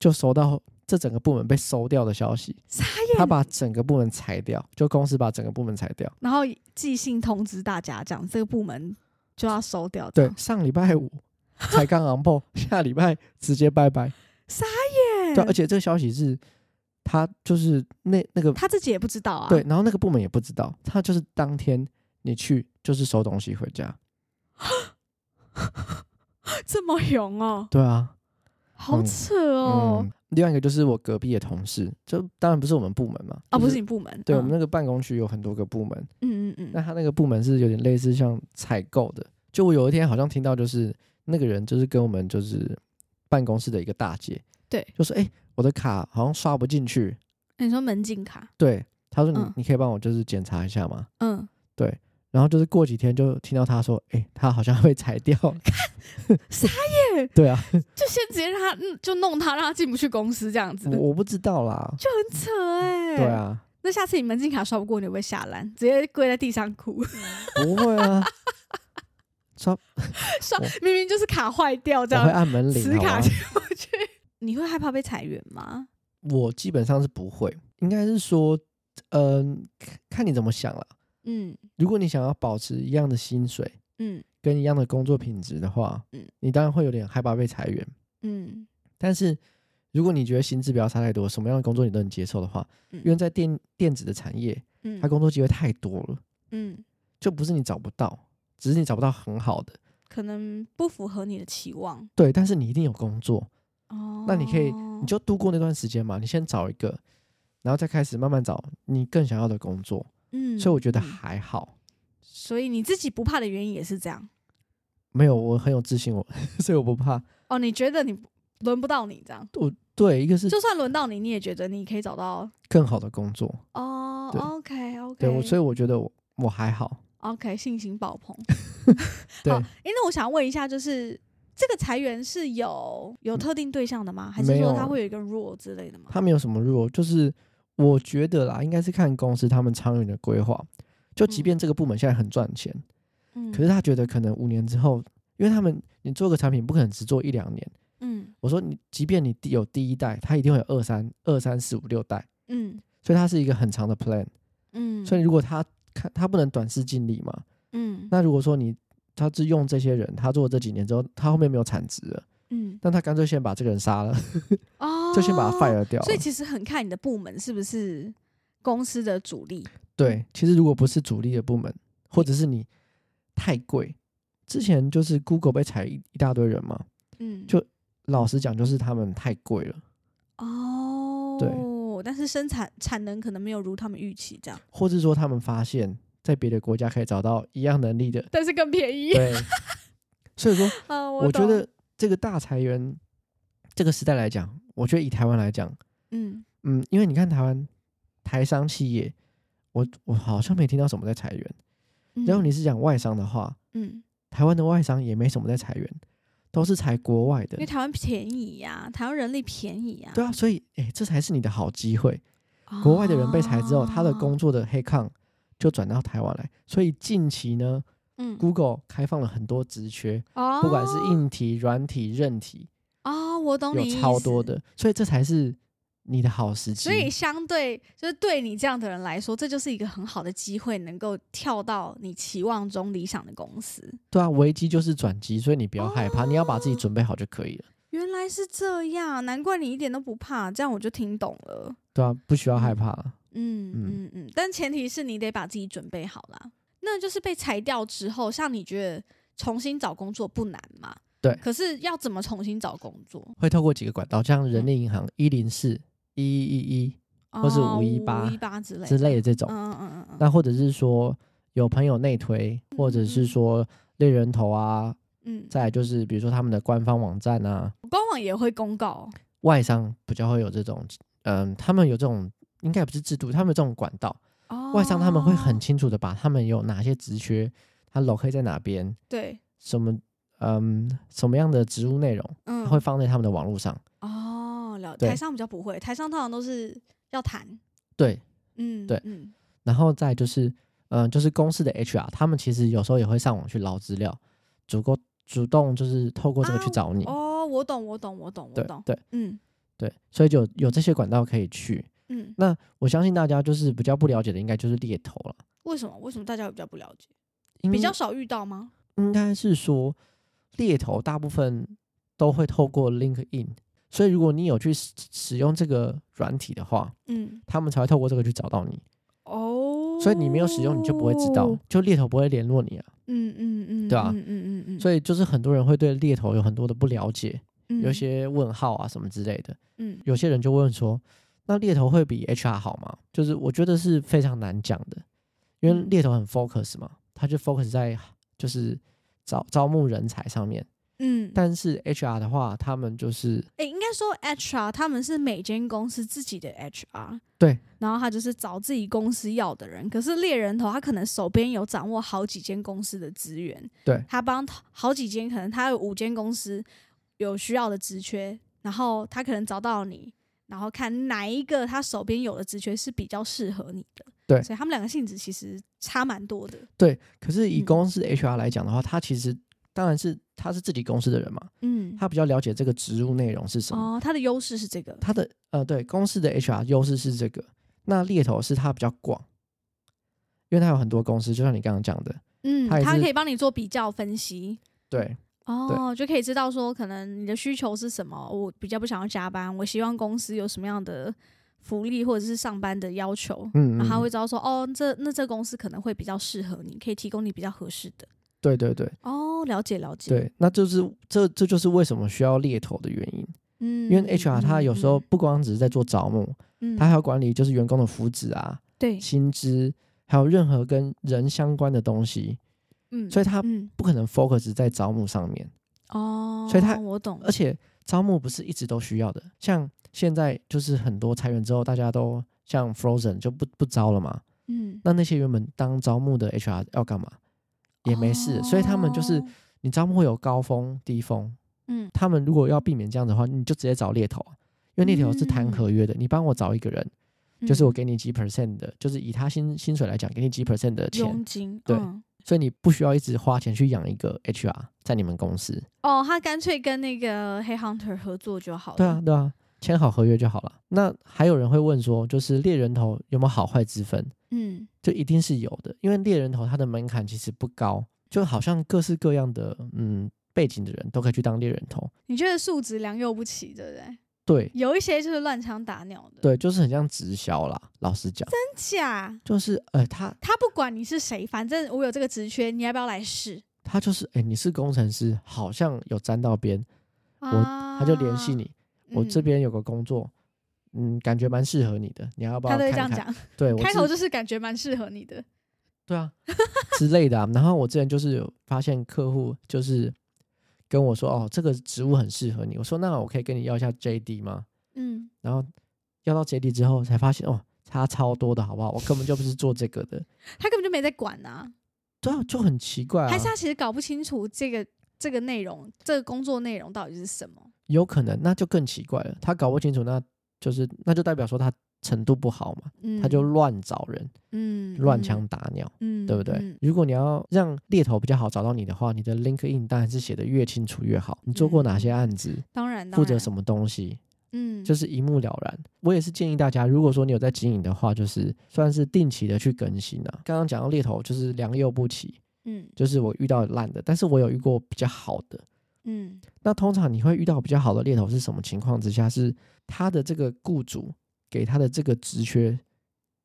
Speaker 2: 就收到这整个部门被收掉的消息，
Speaker 1: 傻
Speaker 2: 他
Speaker 1: 眼。
Speaker 2: 把整个部门裁掉，就公司把整个部门裁掉。
Speaker 1: 然后寄信通知大家，这样这个部门就要收掉。
Speaker 2: 对，，上礼拜五才刚 on board，下 *laughs* 礼拜直接拜拜。
Speaker 1: 嗯
Speaker 2: 对啊，而且这个消息是他就是那那个
Speaker 1: 他自己也不知道啊。
Speaker 2: 对，，然后那个部门也不知道，他就是当天你去就是收东西回家，
Speaker 1: 这么勇哦，
Speaker 2: 对啊，
Speaker 1: 好
Speaker 2: 嗯
Speaker 1: 扯哦！
Speaker 2: 嗯，另外一个就是我隔壁的同事，就当然不是我们部门嘛，
Speaker 1: 啊，
Speaker 2: 就
Speaker 1: 不是你部门，
Speaker 2: 对、
Speaker 1: 嗯
Speaker 2: 我们那个办公区有很多个部门，
Speaker 1: 嗯嗯
Speaker 2: 那
Speaker 1: 嗯，
Speaker 2: 他那个部门是有点类似像采购的。就我有一天好像听到，就是那个人就是跟我们就是办公室的一个大姐，
Speaker 1: 对
Speaker 2: 就说哎、诶我的卡好像刷不进去，
Speaker 1: 那你说门禁卡，
Speaker 2: 对，他说你、
Speaker 1: 嗯
Speaker 2: 你可以帮我就是检查一下吗？
Speaker 1: 嗯，
Speaker 2: 然后就是过几天就听到他说，哎、他好像被裁掉，
Speaker 1: *laughs* 傻
Speaker 2: 眼，对啊，
Speaker 1: 就先直接让他，嗯就弄他，让他进不去公司这样子，
Speaker 2: 我
Speaker 1: 很
Speaker 2: 我不知道啦，
Speaker 1: 扯哎、
Speaker 2: 对，啊，
Speaker 1: 那下次你门禁卡刷不过，你会不会下烂，直接跪在地上哭？ *laughs*
Speaker 2: 不会啊，刷
Speaker 1: 刷
Speaker 2: 我
Speaker 1: 明明就是卡坏掉 *laughs* 这
Speaker 2: 我会
Speaker 1: 样，
Speaker 2: 按门铃，
Speaker 1: 磁
Speaker 2: 好吗
Speaker 1: 卡？进不去。 *laughs* 你会害怕被裁员吗？
Speaker 2: 我基本上是不会，应该是说，嗯、看看你怎么想啦。
Speaker 1: 嗯
Speaker 2: 如果你想要保持一样的薪水
Speaker 1: 嗯
Speaker 2: 跟一样的工作品质的话，
Speaker 1: 嗯
Speaker 2: 你当然会有点害怕被裁员。
Speaker 1: 嗯
Speaker 2: 但是如果你觉得薪资不要差太多，什么样的工作你都能接受的话，
Speaker 1: 嗯
Speaker 2: 因为在电电子的产业，
Speaker 1: 嗯
Speaker 2: 它工作机会太多了，
Speaker 1: 嗯，
Speaker 2: 就不是你找不到，只是你找不到很好的。
Speaker 1: 可能不符合你的期望
Speaker 2: 对，但是你一定有工作，
Speaker 1: 哦。
Speaker 2: 那你可以你就度过那段时间嘛。你先找一个，然后再开始慢慢找你更想要的工作。
Speaker 1: 嗯
Speaker 2: 所以我觉得
Speaker 1: 嗯
Speaker 2: 还好，
Speaker 1: 所以你自己不怕的原因也是这样
Speaker 2: 没有我很有自信，我 *laughs* 所以我不怕。
Speaker 1: 哦。你觉得你轮不到你这样，
Speaker 2: 对，一个是
Speaker 1: 就算轮到你，你也觉得你可以找到
Speaker 2: 更好的工作，
Speaker 1: 哦。
Speaker 2: 对
Speaker 1: OK OK，
Speaker 2: 对我，所
Speaker 1: 以
Speaker 2: 以我觉得我我还好，
Speaker 1: OK 信心爆棚。
Speaker 2: 对，
Speaker 1: 好，哎，那我想问一下，就是这个裁员是有有特定对象的吗？还是
Speaker 2: 嗯没
Speaker 1: 说
Speaker 2: 有
Speaker 1: 它会有一个 rule 之类的吗？
Speaker 2: 他没有什么弱，就是我觉得啦，应该是看公司他们长远的规划。就
Speaker 1: 嗯
Speaker 2: 即便这个部门现在很赚钱，
Speaker 1: 嗯，
Speaker 2: 可是他觉得可能五年之后，因为他们你做个产品不可能只做一两年。
Speaker 1: 嗯
Speaker 2: 我说你，即便你第有第一代，它一定会有二三二三四五六代，
Speaker 1: 嗯
Speaker 2: 所以它是一个很长的 plan。
Speaker 1: 嗯，
Speaker 2: 所以如果他看他不能短视尽力嘛，
Speaker 1: 嗯
Speaker 2: 那如果说你他是用这些人，他做这几年之后，他后面没有产值了，
Speaker 1: 嗯
Speaker 2: 那他干脆先把这个人杀了，
Speaker 1: 哦，
Speaker 2: 就先把他 fire 掉了。
Speaker 1: 所以其实很看你的部门是不是公司的主力。
Speaker 2: 对，其实如果不是主力的部门，或者是你太贵，之前就是 Google 被裁一一大堆人嘛，
Speaker 1: 嗯，
Speaker 2: 就老实讲，就是他们太贵了，
Speaker 1: 哦，
Speaker 2: 对，
Speaker 1: 但是生产产能可能没有如他们预期这样，
Speaker 2: 或是说他们发现，在别的国家可以找到一样能
Speaker 1: *laughs*
Speaker 2: 力的，
Speaker 1: 但是更便宜。
Speaker 2: 对，所以说
Speaker 1: 啊，
Speaker 2: 我觉
Speaker 1: 懂，
Speaker 2: 得这个大裁员这个时代来讲，我觉得以台湾来讲，
Speaker 1: 嗯，
Speaker 2: 嗯，因为你看台湾台商企业，我我好像没听到什么在裁员，然后
Speaker 1: 嗯
Speaker 2: 你是讲外商的话，
Speaker 1: 嗯，
Speaker 2: 台湾的外商也没什么在裁员，都是裁国外的
Speaker 1: 因为。台湾便宜呀、台湾人力便宜呀、
Speaker 2: 对啊，所以诶、这才是你的好机会。
Speaker 1: 啊
Speaker 2: 国外的人被裁之后，他的工，作的黑抗就转到台湾来。所以近期呢
Speaker 1: 嗯，
Speaker 2: ，Google 开放了很多职缺，
Speaker 1: 哦，
Speaker 2: 不管是硬体、软体、韧体，
Speaker 1: 哦，我懂
Speaker 2: 有
Speaker 1: 你意
Speaker 2: 超多
Speaker 1: 思。
Speaker 2: 的。所以这才是你的好时机
Speaker 1: 所。以，相对就是对你这样的人来说，这就是一个很好的机会，能够跳到你期望中理想的公司。
Speaker 2: 对啊，危机就是转机，所以你不要害怕，你要把
Speaker 1: 哦
Speaker 2: 自己准备好就可以了。
Speaker 1: 原来是这样，难怪你一点都不怕，这样我就听懂了。
Speaker 2: 对啊，不需要害
Speaker 1: 嗯
Speaker 2: 怕啦。
Speaker 1: 嗯嗯
Speaker 2: 嗯
Speaker 1: 嗯，但前提是你得把自己准备好啦。那就是被裁掉之后，像你觉得重新找工作不难嘛？
Speaker 2: 对
Speaker 1: 可是要怎么重新找工作？
Speaker 2: 会透过几个管道，像
Speaker 1: 嗯
Speaker 2: 人力银行一零四、一一一一或是
Speaker 1: 哦
Speaker 2: 518
Speaker 1: 五一八之类
Speaker 2: 之类的
Speaker 1: 的。
Speaker 2: 这种。
Speaker 1: 嗯嗯嗯嗯嗯
Speaker 2: 那或者是说有朋友内推，或者是说猎人头啊，
Speaker 1: 嗯，
Speaker 2: 再来就是比如说他们的官方网站啊，
Speaker 1: 官网也会公告。
Speaker 2: 外商比较会有这种，嗯，他们有这种应该不是制度，他们有这种管道，
Speaker 1: 哦，
Speaker 2: 外商他们会很清楚的把他们有哪些职缺，他 l o 在哪边，
Speaker 1: 对，
Speaker 2: 什么嗯什么样的职务内容，
Speaker 1: 嗯，
Speaker 2: 他会放在他们的网络上。
Speaker 1: 哦，了
Speaker 2: 对
Speaker 1: 台上比较不会，台上通常都是要谈，
Speaker 2: 对，
Speaker 1: 嗯，
Speaker 2: 对
Speaker 1: 嗯
Speaker 2: 然后再就是，嗯、就是公司的 HR，他们其实有时候也会上网去捞资料，足够主动就是透过这个
Speaker 1: 啊
Speaker 2: 去找你。
Speaker 1: 哦，我懂，我懂，我懂，我
Speaker 2: 对
Speaker 1: 懂，
Speaker 2: 对
Speaker 1: 嗯
Speaker 2: 对，所以就有有这些管道可以去。
Speaker 1: 嗯，
Speaker 2: 那我相信大家就是比较不了解的，应该就是猎头了。
Speaker 1: 为什么？为什么大家比较不了解？
Speaker 2: 应
Speaker 1: 比较少遇到吗？
Speaker 2: 应该是说，猎头大部分都会透过 LinkedIn，所以如果你有去使使用这个软体的话，
Speaker 1: 嗯，
Speaker 2: 他们才会透过这个去找到你。
Speaker 1: 哦，
Speaker 2: 所以你没有使用，你就不会知道，就猎头不会联络你啊。
Speaker 1: 嗯嗯嗯，
Speaker 2: 对啊
Speaker 1: 嗯嗯嗯嗯，
Speaker 2: 所以就是很多人会对猎头有很多的不了解，
Speaker 1: 以
Speaker 2: 有一些问号啊什么之类的。
Speaker 1: 嗯
Speaker 2: 有些人就问说，那猎头会比 HR 好吗？就是我觉得是非常难讲的，因为
Speaker 1: 嗯
Speaker 2: 猎头很 focus 嘛，他就 focus 在就是招招募人才上面，
Speaker 1: 嗯，哎、
Speaker 2: 但是 HR 的话，他们就是
Speaker 1: 应该说 HR 他们是每间公司自己的 HR，
Speaker 2: 对，
Speaker 1: 然后他就是找自己公司要的人。可是猎人头他可能手边有掌握好几间公司的资源，
Speaker 2: 对
Speaker 1: 他帮好几间，可能他有五间公司有需要的职缺，然后他可能找到你，然后看哪一个他手边有的职缺是比较适合你的。
Speaker 2: 对
Speaker 1: 所以他们两个性质其实差蛮多的。
Speaker 2: 对，可是以
Speaker 1: 嗯
Speaker 2: 公司 HR 来讲的话，他其实当然是他是自己公司的人嘛，
Speaker 1: 嗯，
Speaker 2: 他比较了解这个职务内容是什么。
Speaker 1: 哦，他的优势是这个。
Speaker 2: 他的呃，对公司的 HR 优势是这个，那猎头是它比较广，因为它有很多公司，就像你刚刚讲的，
Speaker 1: 嗯，
Speaker 2: 他也
Speaker 1: 他
Speaker 2: 是
Speaker 1: 可以帮你做比较分析。
Speaker 2: 对
Speaker 1: 哦，就可以知道说，可能你的需求是什么。我比较不想要加班，我希望公司有什么样的福利或者是上班的要求，
Speaker 2: 嗯，
Speaker 1: 然后他
Speaker 2: 嗯
Speaker 1: 会知道说，哦，这那这公司可能会比较适合你，可以提供你比较合适的。
Speaker 2: 对对对
Speaker 1: 哦，了解了解。，
Speaker 2: 对，那就是这这就是为什么需要猎头的原因，
Speaker 1: 嗯
Speaker 2: 因为 HR 他有时候，不光只是在做招募，
Speaker 1: 嗯嗯嗯
Speaker 2: 他还要管理就是员工的福祉啊、
Speaker 1: 对，
Speaker 2: 薪资，还有任何跟人相关的东西，
Speaker 1: 嗯，
Speaker 2: 所以他
Speaker 1: 嗯，
Speaker 2: 不可能 focus 在招募上面，
Speaker 1: 哦，
Speaker 2: 所以他
Speaker 1: 我懂，
Speaker 2: 而且招募不是一直都需要的，像现在就是很多裁员之后，大家都像 Frozen 就不不招了嘛，
Speaker 1: 嗯，
Speaker 2: 那那些原本当招募的 HR 要干嘛？也没事，所以他们就是
Speaker 1: 哦，
Speaker 2: 你招募会有高峰、低峰，
Speaker 1: 嗯
Speaker 2: 他们如果要避免这样子的话，你就直接找猎头啊，因为猎头是谈
Speaker 1: 嗯
Speaker 2: 合约的，你帮我找一个人，就是我
Speaker 1: 嗯
Speaker 2: 给你几 percent 的，就是以他薪薪水来讲，给你几 percent 的钱，
Speaker 1: 佣金，
Speaker 2: 对
Speaker 1: 嗯
Speaker 2: 所以你不需要一直花钱去养一个 HR 在你们公司，
Speaker 1: 哦，他干脆跟那个黑 hunter 合作就好了。
Speaker 2: 对啊，，对啊，签好合约就好了。那还有人会问说，就是猎人头有没有好坏之分？
Speaker 1: 嗯
Speaker 2: 就一定是有的，因为猎人头它的门槛其实不高，就好像各式各样的嗯背景的人都可以去当猎人头。
Speaker 1: 你觉得素质良莠不齐，对不对？
Speaker 2: 对
Speaker 1: 有一些就是乱枪打鸟的，
Speaker 2: 对，就是很像直销啦。老实讲，
Speaker 1: 真假？
Speaker 2: 就是呃，他
Speaker 1: 他不管你是谁，反正我有这个职缺，你要不要来试？
Speaker 2: 他就是哎、你是工程师，好像有沾到边，
Speaker 1: 啊
Speaker 2: 他就联系，你。我这
Speaker 1: 嗯、
Speaker 2: 边有个工作，嗯，感觉蛮适合你的，你要不要
Speaker 1: 他都会
Speaker 2: 看
Speaker 1: 这样
Speaker 2: 看？
Speaker 1: 讲，
Speaker 2: 对，我
Speaker 1: 开
Speaker 2: 是
Speaker 1: 头就是感觉蛮适合你的。
Speaker 2: 对啊之类的、啊。然后我之前就是有发现客户就是跟我说，哦，这个职务很适合你。我说那我可以跟你要一下 JD 吗？
Speaker 1: 嗯，
Speaker 2: 然后要到 JD 之后才发现，哦，差超多的好不好？我根本就不是做这个的，
Speaker 1: 他根本就没在管啊，
Speaker 2: 对啊，就很奇怪
Speaker 1: 还
Speaker 2: 啊
Speaker 1: 是。他其实搞不清楚这个这个内容，这个工作内容到底是什么？
Speaker 2: 有可能那就更奇怪了，他搞不清楚，那就是那就代表说他程度不好嘛，
Speaker 1: 嗯，
Speaker 2: 他就乱找人、
Speaker 1: 嗯
Speaker 2: 乱枪，打鸟。
Speaker 1: 嗯，嗯
Speaker 2: 对不对？
Speaker 1: 嗯
Speaker 2: 如果你要让猎头比较好找到你的话，你的 LinkedIn 当然是写的越清楚越好。你做
Speaker 1: 嗯
Speaker 2: 过哪些案子，
Speaker 1: 当然，
Speaker 2: 负责什
Speaker 1: 么？
Speaker 2: 么东西，
Speaker 1: 嗯，
Speaker 2: 就是一目了然。我也是建议大家，如果说你有在经营的话，就是算是定期的去更新啊。刚刚讲到猎头就是良莠不齐，
Speaker 1: 嗯
Speaker 2: 就是我遇到烂的，但是我有遇过比较好的。
Speaker 1: 嗯
Speaker 2: 那通常你会遇到比较好的猎头是什么情况之下？是他的这个雇主给他的这个职缺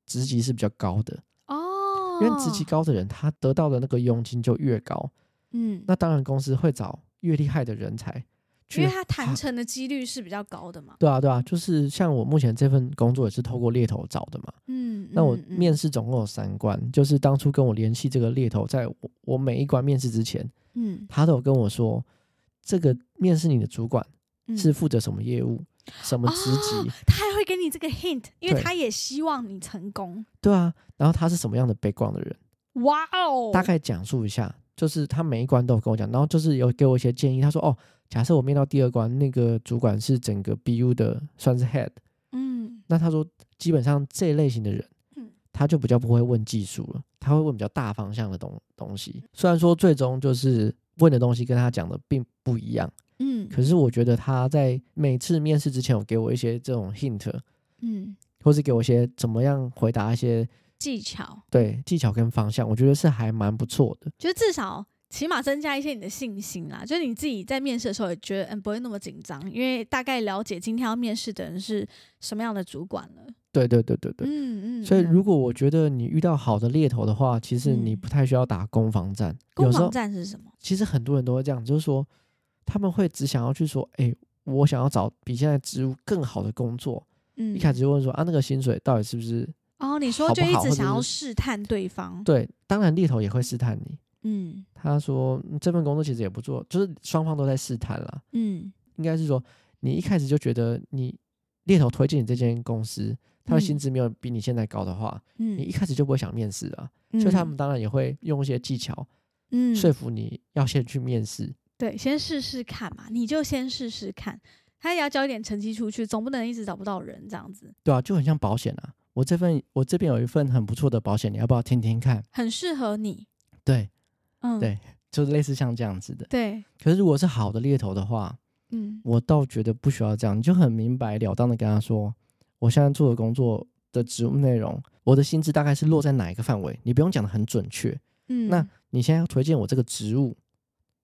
Speaker 2: 职级是比较高的，
Speaker 1: 哦，
Speaker 2: 因为职级高的人，他得到的那个佣金就越高。
Speaker 1: 嗯，
Speaker 2: 那当然，公司会找越厉害的人才
Speaker 1: 因
Speaker 2: 去
Speaker 1: 为。他谈
Speaker 2: 好
Speaker 1: 成的几率是比较高的嘛。
Speaker 2: 对啊，对啊，就是像我目前这份工作也是透过猎头找的嘛。
Speaker 1: 嗯，
Speaker 2: 那我
Speaker 1: 嗯嗯
Speaker 2: 面试总共有三关，就是当初跟我联系这个猎头，在我我每一关面试之前，
Speaker 1: 嗯
Speaker 2: 他都有跟我说，这个面试你的主管
Speaker 1: 嗯
Speaker 2: 是负责什么业务、什么职
Speaker 1: 哦
Speaker 2: 级，
Speaker 1: 他还会给你这个 hint，因为
Speaker 2: 对
Speaker 1: 他也希望你成功。
Speaker 2: 对啊，然后他是什么样的 background 的人，
Speaker 1: 哇哦，
Speaker 2: 大概讲述一下。就是他每一关都有跟我讲，然后就是有给我一些建议。他说：“哦，假设我面到第二关，那个主管是整个 BU 的算是 head，
Speaker 1: 嗯
Speaker 2: 那他说，基本上这一类型的人，
Speaker 1: 嗯
Speaker 2: 他就比较不会问技术了，他会问比较大方向的东东西。
Speaker 1: 嗯
Speaker 2: 虽然说最终就是问的东西跟他讲的并不一样，
Speaker 1: 嗯
Speaker 2: 可是我觉得他在每次面试之前，有给我一些这种 hint，
Speaker 1: 嗯，
Speaker 2: 或是给我一些怎么样回答一些
Speaker 1: 技巧，
Speaker 2: 对技巧跟方向，我觉得是还蛮不错的。
Speaker 1: 就是至少起码增加一些你的信心啦。就是你自己在面试的时候也觉得，嗯，不会那么紧张，因为大概了解今天要面试的人是什么样的主管了。
Speaker 2: 对对对对对。
Speaker 1: 嗯嗯。
Speaker 2: 所以，
Speaker 1: 嗯
Speaker 2: 如果我觉得你遇到好的猎头的话，其实你
Speaker 1: 嗯
Speaker 2: 不太需要打攻防战。
Speaker 1: 攻
Speaker 2: 有时
Speaker 1: 防
Speaker 2: 候，
Speaker 1: 战是什么？
Speaker 2: 其实很多人都会这样，就是说他们会只想要去说，哎、我想要找比现在职务更好的工作。
Speaker 1: 嗯，
Speaker 2: 一开始就问说啊，那个薪水到底是不是？
Speaker 1: 哦，你说
Speaker 2: 好
Speaker 1: 就
Speaker 2: 不
Speaker 1: 一
Speaker 2: 好
Speaker 1: 直
Speaker 2: 或者
Speaker 1: 想要
Speaker 2: 是
Speaker 1: 试探对方。
Speaker 2: 对，当然猎头也会试探你。
Speaker 1: 嗯
Speaker 2: 他说、嗯这份工作其实也不错，就是双方都在试探啦。
Speaker 1: 嗯
Speaker 2: 应该是说你一开始就觉得你猎头推荐你这间公司，他的薪
Speaker 1: 嗯
Speaker 2: 资没有比你现在高的话，你
Speaker 1: 嗯，
Speaker 2: 一开始就不会想面试啊。所以他们当然也会用一些技巧
Speaker 1: 嗯
Speaker 2: 说服你要先去面试。
Speaker 1: 对，先试试看嘛，你就先试试看，他也要交一点成绩出去，总不能一直找不到人这样子，
Speaker 2: 对啊，就很像保险啊。我这份我这边有一份很不错的保险，你要不要听听看？
Speaker 1: 很适合你。
Speaker 2: 对，
Speaker 1: 嗯，
Speaker 2: 对就是类似像这样子的。
Speaker 1: 对，
Speaker 2: 可是如果是好的猎头的话，
Speaker 1: 嗯
Speaker 2: 我倒觉得不需要这样，你就很明白了当的跟他说，我现在做的工作的职务内容，我的薪资大概是落在哪一个范围，你不用讲的很准确。
Speaker 1: 嗯，
Speaker 2: 那你现在要推荐我这个职务，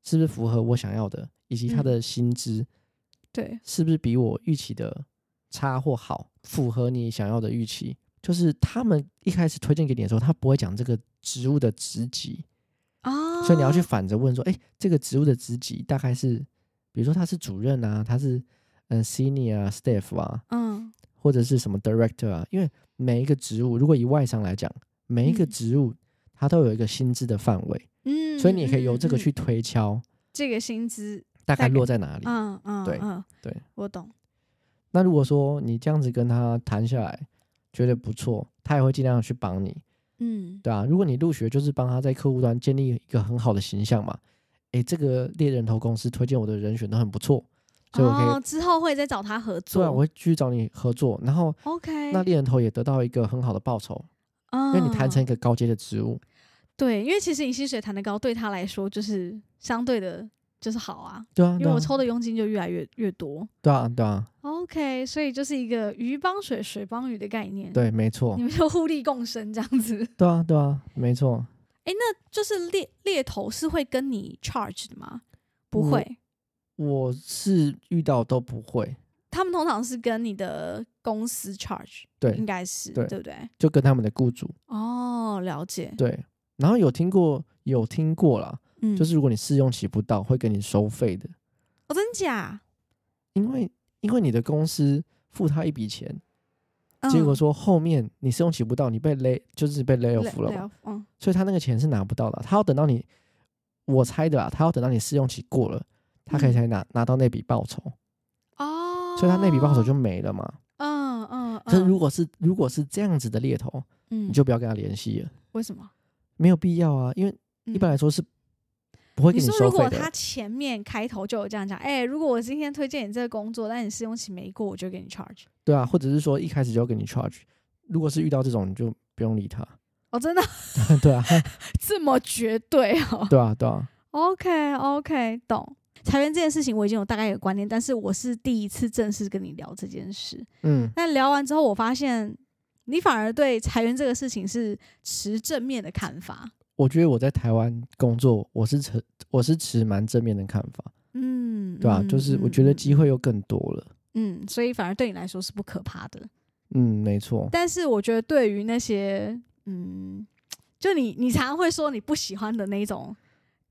Speaker 2: 是不是符合我想要的，以及他的薪资、
Speaker 1: 对，
Speaker 2: 是不是比我预期的差或好，符合你想要的预期？就是他们一开始推荐给你的时候，他不会讲这个职务的职级，
Speaker 1: 啊，
Speaker 2: 所以你要去反着问说，哎、这个职务的职级大概是，比如说他是主任啊，他是嗯、呃 senior 啊 staff 啊，
Speaker 1: 嗯
Speaker 2: 或者是什么 director 啊，因为每一个职务，如果以外商来讲，每一个
Speaker 1: 嗯
Speaker 2: 职务它都有一个薪资的范围，
Speaker 1: 嗯，
Speaker 2: 所以你也可以由
Speaker 1: 嗯
Speaker 2: 这个
Speaker 1: 嗯
Speaker 2: 去推敲
Speaker 1: 这个薪资，
Speaker 2: 大概
Speaker 1: 概
Speaker 2: 落在哪里。
Speaker 1: 嗯嗯，
Speaker 2: 对
Speaker 1: 嗯，
Speaker 2: 对，
Speaker 1: 我懂，
Speaker 2: 那如果说你这样子跟他谈下来，觉得不错，他也会尽量去帮你，
Speaker 1: 嗯
Speaker 2: 对啊，如果你入学就是帮他在客户端建立一个很好的形象嘛，诶，这个猎人头公司推荐我的人选都很不错，所以我可以
Speaker 1: 哦，之后会再找他合
Speaker 2: 对啊，我
Speaker 1: 作
Speaker 2: 会继续找你合作，然后
Speaker 1: ，OK，
Speaker 2: 那猎人头也得到一个很好的报酬，因为你谈成
Speaker 1: 嗯
Speaker 2: 一个高阶的职务，
Speaker 1: 对，因为其实你薪水谈得高，对他来说就是相对的，就是好啊，
Speaker 2: 对啊，
Speaker 1: 因
Speaker 2: 对
Speaker 1: 为
Speaker 2: 啊
Speaker 1: 我，抽的佣金就越来越越多。
Speaker 2: 对啊，对啊，
Speaker 1: OK，所以就是一个鱼帮水，水帮鱼的概念。，
Speaker 2: 对，没错
Speaker 1: 你，们就互利共生这样子。
Speaker 2: 对啊，对啊，没错，
Speaker 1: 就是猎猎头是会跟你 charge 的吗？不
Speaker 2: 我
Speaker 1: 会，
Speaker 2: 我是遇到都不会，
Speaker 1: 他们通常是跟你的公司 charge，
Speaker 2: 对
Speaker 1: 应，该是
Speaker 2: 对
Speaker 1: 对不对？
Speaker 2: 就跟他们的雇主，
Speaker 1: 哦，了解，
Speaker 2: 对，然后有听过，有听过啦，
Speaker 1: 嗯，
Speaker 2: 就是如果你试用期不到，会给你收费的，
Speaker 1: 哦，真假？
Speaker 2: 因为因为你的公司付他一笔钱，结果
Speaker 1: 嗯
Speaker 2: 说后面你试用期不到，你被 lay 就是被 lay off 了嘛，
Speaker 1: off，嗯，
Speaker 2: 所以他那个钱是拿不到的啊。他要等到你，我猜的啊，他要等到你试用期过了，他可以
Speaker 1: 嗯
Speaker 2: 才拿、拿到那笔报酬，
Speaker 1: 哦，
Speaker 2: 所以他那笔报酬就没了嘛。
Speaker 1: 嗯嗯，
Speaker 2: 可是
Speaker 1: 嗯
Speaker 2: 如果是如果是这样子的猎头，
Speaker 1: 嗯
Speaker 2: 你就不要跟他联系了，
Speaker 1: 为什么？
Speaker 2: 没有必要啊，因为一般
Speaker 1: 嗯
Speaker 2: 来说是不会给
Speaker 1: 你说，
Speaker 2: 收
Speaker 1: 如
Speaker 2: 费
Speaker 1: 果他
Speaker 2: 的。
Speaker 1: 前面开头就有这样讲，哎、如果我今天推荐你这个工作，但你试用期没过，我就给你 charge。
Speaker 2: 对啊，或者是说一开始就要给你 charge，如果是遇到这种你就不用理他。
Speaker 1: 哦，真的 *laughs*
Speaker 2: *laughs* 对啊，
Speaker 1: 这么绝对哦
Speaker 2: 对啊，对啊，
Speaker 1: ？OK OK，懂。裁员这件事情我已经有大概有观念，但是我是第一次正式跟你聊这件事。
Speaker 2: 嗯，
Speaker 1: 但聊完之后，我发现你反而对裁员这个事情是持正面的看法。
Speaker 2: 我觉得我在台湾工作，我是持我是持蛮正面的看法，
Speaker 1: 嗯，
Speaker 2: 对吧、
Speaker 1: 嗯
Speaker 2: 就是我觉得机，会又更多了。
Speaker 1: 嗯嗯，嗯所以反而对你来说是不可怕的。
Speaker 2: 嗯，没错，
Speaker 1: 但是我觉得对于那些嗯，就你你常常会说你不喜欢的那一种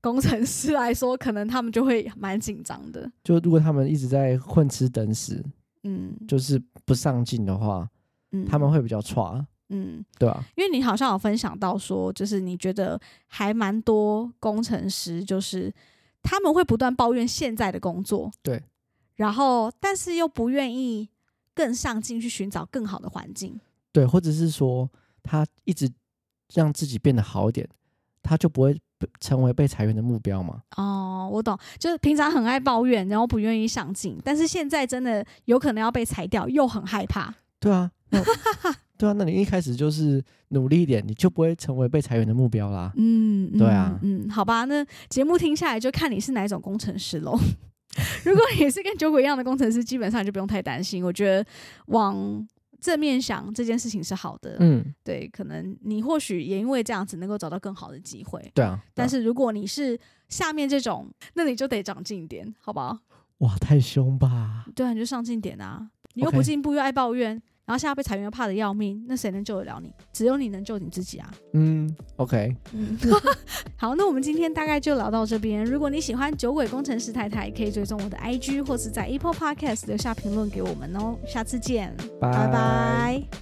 Speaker 1: 工程师来说，可能他们就会蛮紧张的。
Speaker 2: 就如果他们一直在混吃等死，
Speaker 1: 嗯，
Speaker 2: 就是不上进的话，他们
Speaker 1: 会
Speaker 2: 会比较差，
Speaker 1: 嗯，
Speaker 2: 对吧、啊
Speaker 1: 因为你好像有分享到说，就是你觉得还蛮多工程师就是他们会不断抱怨现在的工作，
Speaker 2: 对，
Speaker 1: 然后但是又不愿意更上进去寻找更好的环境。
Speaker 2: 对，或者是说他一直让自己变得好一点，他就不会被成为被裁员的目标嘛。
Speaker 1: 哦，我懂，就是平常很爱抱怨，然后不愿意上进，但是现在真的有可能要被裁掉，又很害怕。
Speaker 2: 对啊，
Speaker 1: *laughs*
Speaker 2: 那对啊，那你一开始就是努力一点，你就不会成为被裁员的目标啦。
Speaker 1: 嗯，
Speaker 2: 对啊
Speaker 1: 嗯，嗯好吧，那节目听下来就看你是哪一种工程师 *laughs* 喽。如果你是跟酒鬼一样的工程师，基本上就不用太担心。我觉得往正面想这件事情是好的，
Speaker 2: 嗯，
Speaker 1: 对，可能你或许也因为这样子能够找到更好的机会。
Speaker 2: 对啊，对
Speaker 1: 但
Speaker 2: 啊
Speaker 1: 是如果你是下面这种，那你就得长进一点，好不好？
Speaker 2: 哇，太凶吧？
Speaker 1: 对啊，你就上进点啊！你又不
Speaker 2: OK
Speaker 1: 进步，又爱抱怨，然后现在被裁员又怕的要命，那谁能救得了你？只有你能救你自己啊！
Speaker 2: 嗯，OK，
Speaker 1: 嗯， *laughs* 好，那我们今天大概就聊到这边。如果你喜欢《酒鬼工程师太太》，可以追踪我的 IG 或是在 Apple Podcast 留下评论给我们哦。下次见，拜拜